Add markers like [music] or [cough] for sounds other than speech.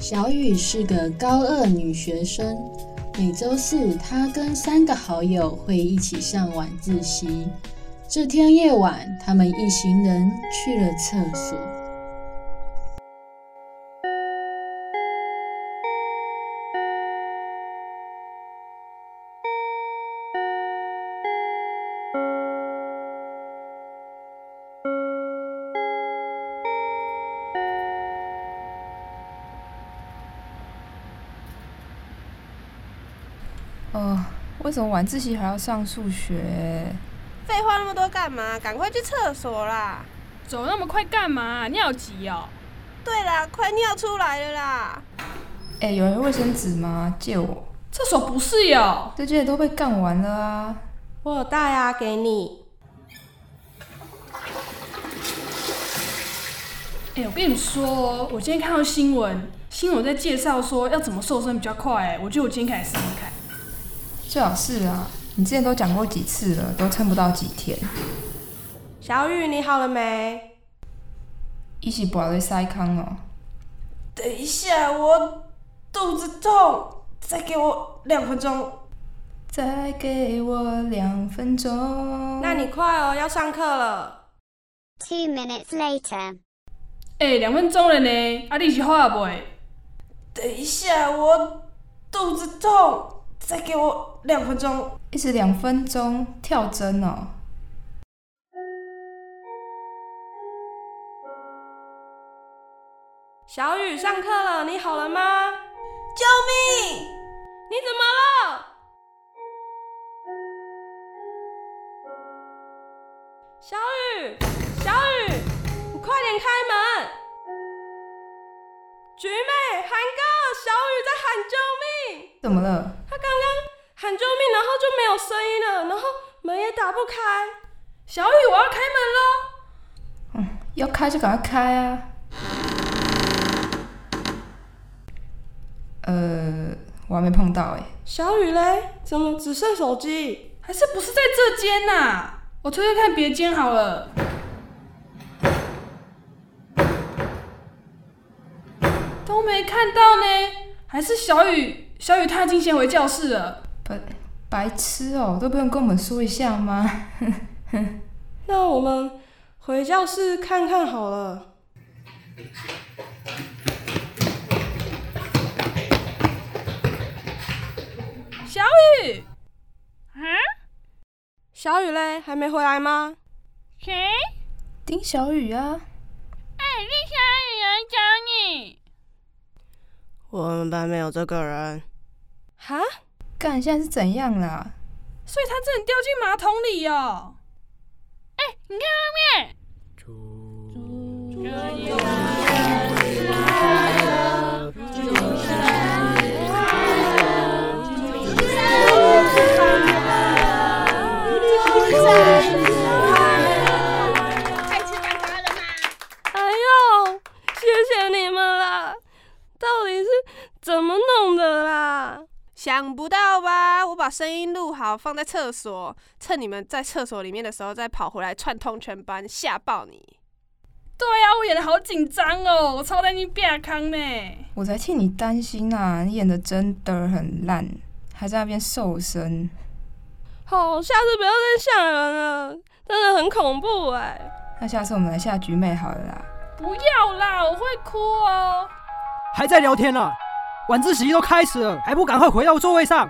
小雨是个高二女学生，每周四她跟三个好友会一起上晚自习。这天夜晚，他们一行人去了厕所。哦，为什么晚自习还要上数学？废话那么多干嘛？赶快去厕所啦！走那么快干嘛？尿急哦！对啦，快尿出来了啦！哎、有人卫生纸吗？借我。厕所不是有，这届都被干完了啊！我有大呀，给你。哎、我跟你说哦，我今天看到新闻，新闻在介绍说要怎么瘦身比较快、哎，我觉得我今天可以试试看。最好是啊，你之前都讲过几次了，都撑不到几天。小雨，你好了没？一起把的塞康哦，等一下，我肚子痛，再给我两分钟。再给我两分钟。那你快哦，要上课了。 Two minutes later. 哎、两分钟了呢，啊，你是好啊袂？等一下，我肚子痛，再给我两分钟。一直两分钟跳针哦。小雨，上课了，你好了吗？救命！你怎么了？小雨，小雨，你快点开门！菊妹，韩哥，小雨在喊救命！怎么了？他刚刚喊救命，然后就没有声音了，然后门也打不开。小雨，我要开门喽！要开就赶快开啊！呃，我还没碰到哎、小雨嘞，怎么只剩手机？还是不是在这间呐、我推推看别间好了。都没看到呢，还是小雨，小雨他已经先回教室了。白白痴哦、都不用跟我们说一下吗？那我们回教室看看好了。小雨，啊？小雨嘞，还没回来吗？谁？ [laughs] 丁小雨啊，哎，丽小雨来找你。我们班没有这个人。哈？干现在是怎样啦？所以他真的掉进马桶里哦。哎，你看后面。快吃蛋糕了吗？哎呦，谢谢你们啦！到底是怎么弄的啦？想不到吧？我把声音录好，放在厕所，趁你们在厕所里面的时候再跑回来串通全班，吓爆你！对啊呀、我演的好紧张哦，我超担心变康呢。我才替你担心啊！你演的真的很烂，还在那边瘦身。好、下次不要再吓人了，真的很恐怖哎、那下次我们来下菊妹好了啦。不要啦，我会哭哦。还在聊天呢、晚自习都开始了，还不赶快回到座位上！